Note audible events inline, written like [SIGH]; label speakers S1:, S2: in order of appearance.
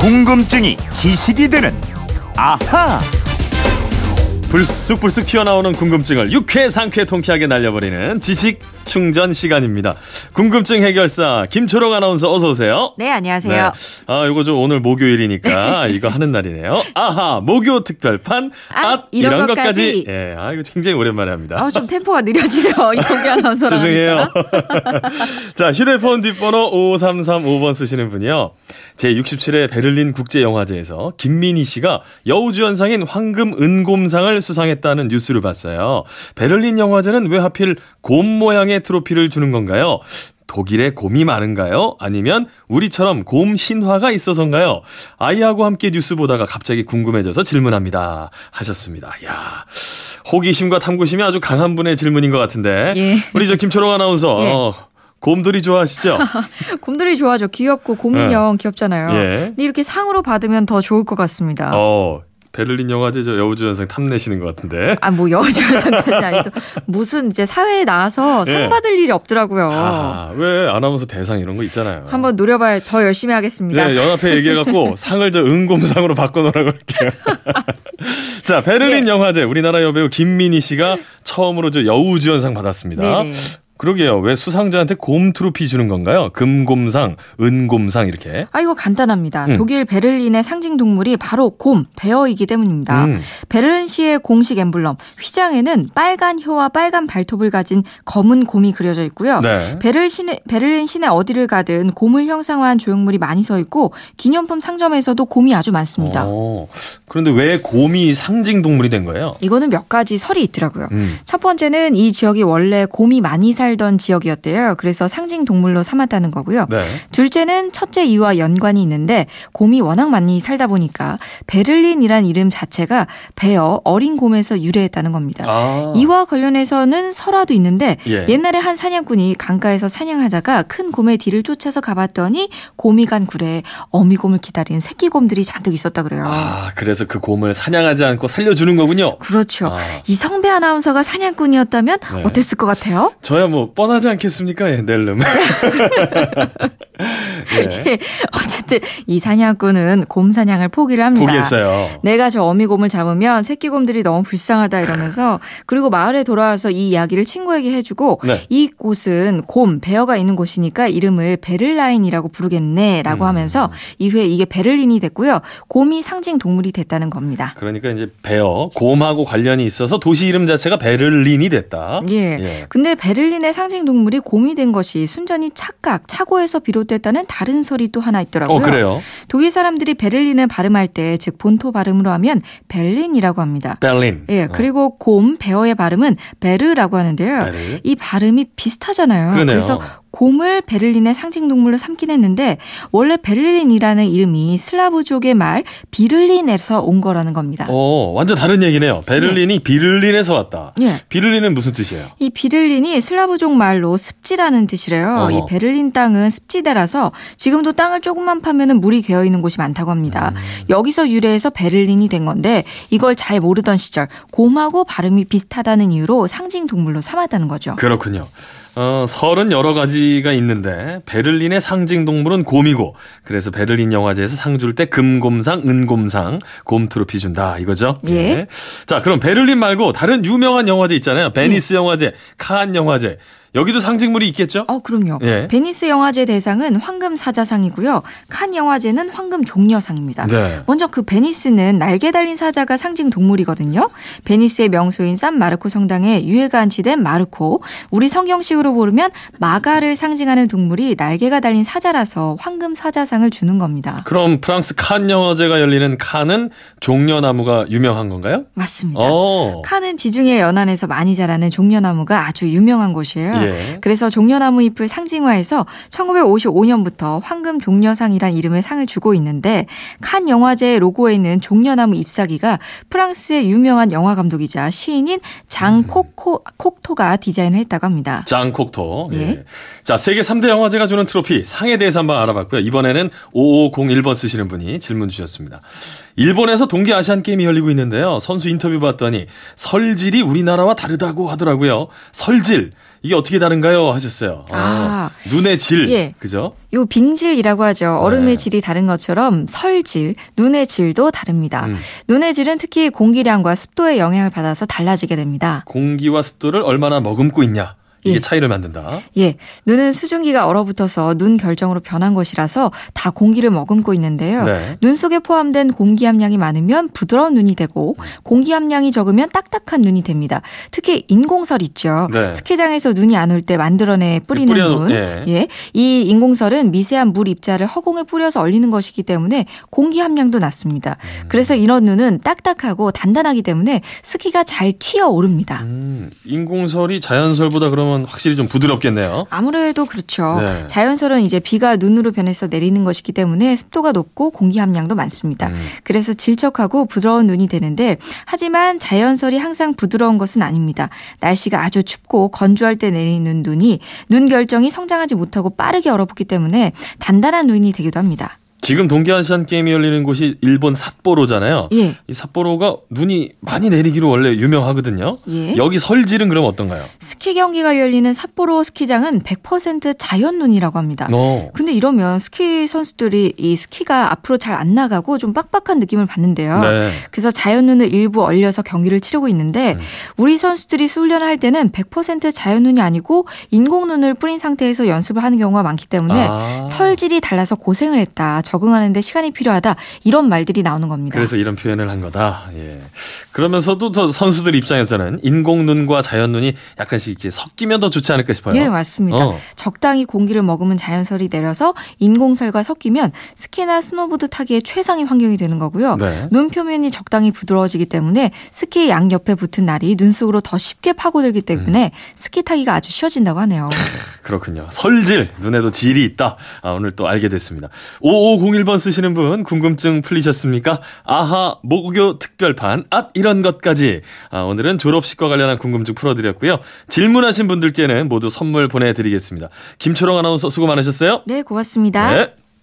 S1: 궁금증이 지식이 되는 아하
S2: 불쑥불쑥 튀어나오는 궁금증을 유쾌 상쾌 통쾌하게 날려버리는 지식 충전 시간입니다. 궁금증 해결사 김초롱 아나운서 어서 오세요.
S3: 네, 안녕하세요.
S2: 네. 아, 이거 좀 오늘 목요일이니까 이거 하는 날이네요. 아하, 목요 특별판.
S3: 앗,
S2: 앗, 이런,
S3: 이런
S2: 것까지.
S3: 것까지.
S2: 예, 아, 이거 굉장히 오랜만에 합니다.
S3: 아, 좀 템포가 느려지네요. [LAUGHS]
S2: [LAUGHS]
S3: 이성기 아나운서라. [LAUGHS]
S2: 죄송해요. 자, 휴대폰 뒷번호 5335번 쓰시는 분이요. 제67회 베를린 국제영화제에서 김민희 씨가 여우주연상인 황금 은곰상을 수상했다는 뉴스를 봤어요. 베를린 영화제는 왜 하필 곰 모양의 트로피를 주는 건가요? 독일에 곰이 많은가요? 아니면 우리처럼 곰 신화가 있어서인가요? 아이하고 함께 뉴스 보다가 갑자기 궁금해져서 질문합니다. 하셨습니다. 야 호기심과 탐구심이 아주 강한 분의 질문인 것 같은데.
S3: 예.
S2: 우리 저 김초롱 아나운서.
S3: 예.
S2: 어, 곰돌이
S3: [LAUGHS]
S2: 좋아하시죠?
S3: 곰돌이 좋아하죠. 귀엽고 곰인형 귀엽잖아요.
S2: 예.
S3: 근데 이렇게 상으로 받으면 더 좋을 것 같습니다.
S2: 어, 베를린 영화제 저 여우주연상 탐내시는 것 같은데.
S3: 아, 뭐 여우주연상까지 아니도 무슨 이제 사회에 나와서 상
S2: 예.
S3: 받을 일이 없더라고요.
S2: 아, 왜 아나운서 대상 이런 거 있잖아요.
S3: 어. 한번 노려봐야 더 열심히 하겠습니다.
S2: 네, 연합회
S3: [LAUGHS]
S2: 얘기해갖고 상을 저 은곰상으로 바꿔놓으라고 할게요. 자, 베를린
S3: 예.
S2: 영화제 우리나라 여배우 김민희 씨가 처음으로 저 여우주연상 받았습니다.
S3: 네네.
S2: 그러게요. 왜 수상자한테 곰 트로피 주는 건가요? 금곰상, 은곰상 이렇게.
S3: 아, 이거 간단합니다.
S2: 음.
S3: 독일 베를린의 상징 동물이 바로 곰, 베어이기 때문입니다.
S2: 음.
S3: 베를린시의 공식 엠블럼, 휘장에는 빨간 혀와 빨간 발톱을 가진 검은 곰이 그려져 있고요.
S2: 네.
S3: 베를린 시내, 베를린 시내 어디를 가든 곰을 형상화한 조형물이 많이 서 있고 기념품 상점에서도 곰이 아주 많습니다.
S2: 어, 그런데 왜 곰이 상징 동물이 된 거예요?
S3: 이거는 몇 가지 설이 있더라고요.
S2: 음.
S3: 첫 번째는 이 지역이 원래 곰이 많이 살던 지역이었대요. 그래서 상징 동물로 삼았다는 거고요.
S2: 네.
S3: 둘째는 첫째 이와 연관이 있는데 곰이 워낙 많이 살다 보니까 베를린이란 이름 자체가 베어 어린 곰에서 유래했다는 겁니다.
S2: 아.
S3: 이와 관련해서는 설화도 있는데
S2: 예.
S3: 옛날에 한 사냥꾼이 강가에서 사냥하다가 큰 곰의 뒤를 쫓아서 가봤더니 곰이 간 굴에 어미곰을 기다린 새끼 곰들이 잔뜩 있었다 그래요.
S2: 아, 그래서 그 곰을 사냥하지 않고 살려주는 거군요.
S3: 그렇죠.
S2: 아.
S3: 이성배 아나운서가 사냥꾼이었다면
S2: 네.
S3: 어땠을 것 같아요?
S2: 저야 뭐 뻔하지 않겠습니까? 예,
S3: [LAUGHS]
S2: 넬름. 예.
S3: 예. 어쨌든 이 사냥꾼은 곰 사냥을 포기를 합니다.
S2: 포기했어요.
S3: 내가 저 어미곰을 잡으면 새끼곰들이 너무 불쌍하다 이러면서 그리고 마을에 돌아와서 이 이야기를 친구에게 해주고
S2: 네.
S3: 이곳은 곰 베어가 있는 곳이니까 이름을 베를라인이라고 부르겠네라고
S2: 음.
S3: 하면서 이후에 이게 베를린이 됐고요 곰이 상징 동물이 됐다는 겁니다.
S2: 그러니까 이제 베어, 곰하고 관련이 있어서 도시 이름 자체가 베를린이 됐다.
S3: 예. 근데 베를린의 상징 동물이 곰이 된 것이 순전히 착각, 착오에서 비롯됐다는 다른 설이 또 하나 있더라고요.
S2: 어, 그래요.
S3: 독일 사람들이 베를린을 발음할 때, 즉 본토 발음으로 하면 벨린이라고 합니다.
S2: 베를린.
S3: 예, 그리고 곰, 베어의 발음은 베르라고 하는데요.
S2: 어, 베를.
S3: 이 발음이 비슷하잖아요.
S2: 그러네요.
S3: 래서 곰을 베를린의 상징 동물로 삼긴 했는데 원래 베를린이라는 이름이 슬라브족의 말 비를린에서 온 거라는 겁니다.
S2: 어, 완전 다른 얘기네요. 베를린이 비를린에서 왔다.
S3: 예.
S2: 비를린은 무슨 뜻이에요?
S3: 이 비를린이 슬라브족 말로 습지라는 뜻이래요.
S2: 어허.
S3: 이 베를린 땅은 습지대라서 지금도 땅을 조금만 파면은 물이 괴어 있는 곳이 많다고 합니다.
S2: 음.
S3: 여기서 유래해서 베를린이 된 건데 이걸 잘 모르던 시절 곰하고 발음이 비슷하다는 이유로 상징 동물로 삼았다는 거죠.
S2: 그렇군요. 어, 설은 여러 가지가 있는데 베를린의 상징 동물은 곰이고 그래서 베를린 영화제에서 상 줄 때 금곰상, 은곰상, 곰트로피 준다 이거죠.
S3: 예.
S2: 자, 그럼 베를린 말고 다른 유명한 영화제 있잖아요. 베니스 영화제, 칸 영화제. 여기도 상징물이 있겠죠?
S3: 음. 어, 그럼요.
S2: 예.
S3: 베니스 영화제 대상은 황금 사자상이고요. 칸 영화제는 황금 종려상입니다.
S2: 네.
S3: 먼저 그 베니스는 날개 달린 사자가 상징 동물이거든요. 베니스의 명소인 산 마르코 성당에 유해가 안치된 마르코, 우리 성경식으로 부르면 마가를 상징하는 동물이 날개가 달린 사자라서 황금 사자상을 주는 겁니다.
S2: 그럼 프랑스 칸 영화제가 열리는 칸은 종려나무가 유명한 건가요?
S3: 맞습니다.
S2: 어.
S3: 칸은 지중해 연안에서 많이 자라는 종려나무가 아주 유명한 곳이에요.
S2: 예.
S3: 그래서 종려나무 잎을 상징화해서 1955년부터 황금 종려상이란 이름의 상을 주고 있는데 칸 영화제의 로고에 있는 종려나무 잎사귀가 프랑스의 유명한 영화 감독이자 시인인
S2: 음.
S3: 장 코코, 콕토가 디자인을 했다고 합니다.
S2: 장콕토. 예.
S3: 예.
S2: 자, 세계 3대 영화제가 주는 트로피 상에 대해서 한번 알아봤고요. 이번에는 5501번 쓰시는 분이 질문 주셨습니다. 일본에서 동계 아시안 게임이 열리고 있는데요. 선수 인터뷰 봤더니 설질이 우리나라와 다르다고 하더라고요. 설질. 이게 어떻게 다른가요? 하셨어요. 아, 눈의 질.
S3: 예.
S2: 그죠?
S3: 요 빙질이라고 하죠.
S2: 네.
S3: 얼음의 질이 다른 것처럼 설질, 눈의 질도 다릅니다.
S2: 음.
S3: 눈의 질은 특히 공기량과 습도의 영향을 받아서 달라지게 됩니다.
S2: 공기와 습도를 얼마나 머금고 있냐. 이게
S3: 예.
S2: 차이를 만든다.
S3: 예, 눈은 수증기가 얼어붙어서 눈 결정으로 변한 것이라서 다 공기를 머금고 있는데요.
S2: 네.
S3: 눈 속에 포함된 공기 함량이 많으면 부드러운 눈이 되고 공기 함량이 적으면 딱딱한 눈이 됩니다. 특히 인공설 있죠.
S2: 네.
S3: 스키장에서 눈이 안 올 때 만들어내 뿌리는
S2: 뿌려-
S3: 눈.
S2: 예.
S3: 예. 이 인공설은 미세한 물 입자를 허공에 뿌려서 얼리는 것이기 때문에 공기 함량도 낮습니다.
S2: 음.
S3: 그래서 이런 눈은 딱딱하고 단단하기 때문에 스키가 잘 튀어 오릅니다.
S2: 음, 인공설이 자연설보다 그러면 확실히 좀 부드럽겠네요.
S3: 아무래도 그렇죠.
S2: 네.
S3: 자연설은 이제 비가 눈으로 변해서 내리는 것이기 때문에 습도가 높고 공기 함량도 많습니다.
S2: 음.
S3: 그래서 질척하고 부드러운 눈이 되는데 하지만 자연설이 항상 부드러운 것은 아닙니다. 날씨가 아주 춥고 건조할 때 내리는 눈이 눈 결정이 성장하지 못하고 빠르게 얼어붙기 때문에 단단한 눈이 되기도 합니다.
S2: 지금 동계아시안 게임이 열리는 곳이 일본 삿포로잖아요.
S3: 예.
S2: 이 삿포로가 눈이 많이 내리기로 원래 유명하거든요.
S3: 예.
S2: 여기 설질은 그럼 어떤가요?
S3: 스키 경기가 열리는 삿포로 스키장은 100% 자연 눈이라고 합니다.
S2: 어.
S3: 근데 이러면 스키 선수들이 이 스키가 앞으로 잘 안 나가고 좀 빡빡한 느낌을 받는데요.
S2: 네.
S3: 그래서 자연눈을 일부 얼려서 경기를 치르고 있는데
S2: 음.
S3: 우리 선수들이 수훈련할 때는 100% 자연눈이 아니고 인공눈을 뿌린 상태에서 연습을 하는 경우가 많기 때문에
S2: 아.
S3: 설질이 달라서 고생을 했다, 적응하는데 시간이 필요하다 이런 말들이 나오는 겁니다.
S2: 그래서 이런 표현을 한 거다. 예. 그러면서도 저 선수들 입장에서는 인공 눈과 자연 눈이 약간씩 이렇게 섞이면 더 좋지 않을까 싶어요.
S3: 네, 맞습니다.
S2: 어.
S3: 적당히 공기를 머금은 자연설이 내려서 인공설과 섞이면 스키나 스노보드 타기에 최상의 환경이 되는 거고요.
S2: 네.
S3: 눈 표면이 적당히 부드러워지기 때문에 스키 양옆에 붙은 날이 눈 속으로 더 쉽게 파고들기 때문에
S2: 음.
S3: 스키 타기가 아주 쉬워진다고 하네요.
S2: 그렇군요. 설질, 눈에도 질이 있다. 아, 오늘 또 알게 됐습니다. 5501번 쓰시는 분 궁금증 풀리셨습니까? 아하, 모교 특별판, 앗, 이런 것까지. 아, 오늘은 졸업식과 관련한 궁금증 풀어드렸고요. 질문하신 분들께는 모두 선물 보내드리겠습니다. 김초롱 아나운서 수고 많으셨어요.
S3: 네, 고맙습니다.
S2: 네.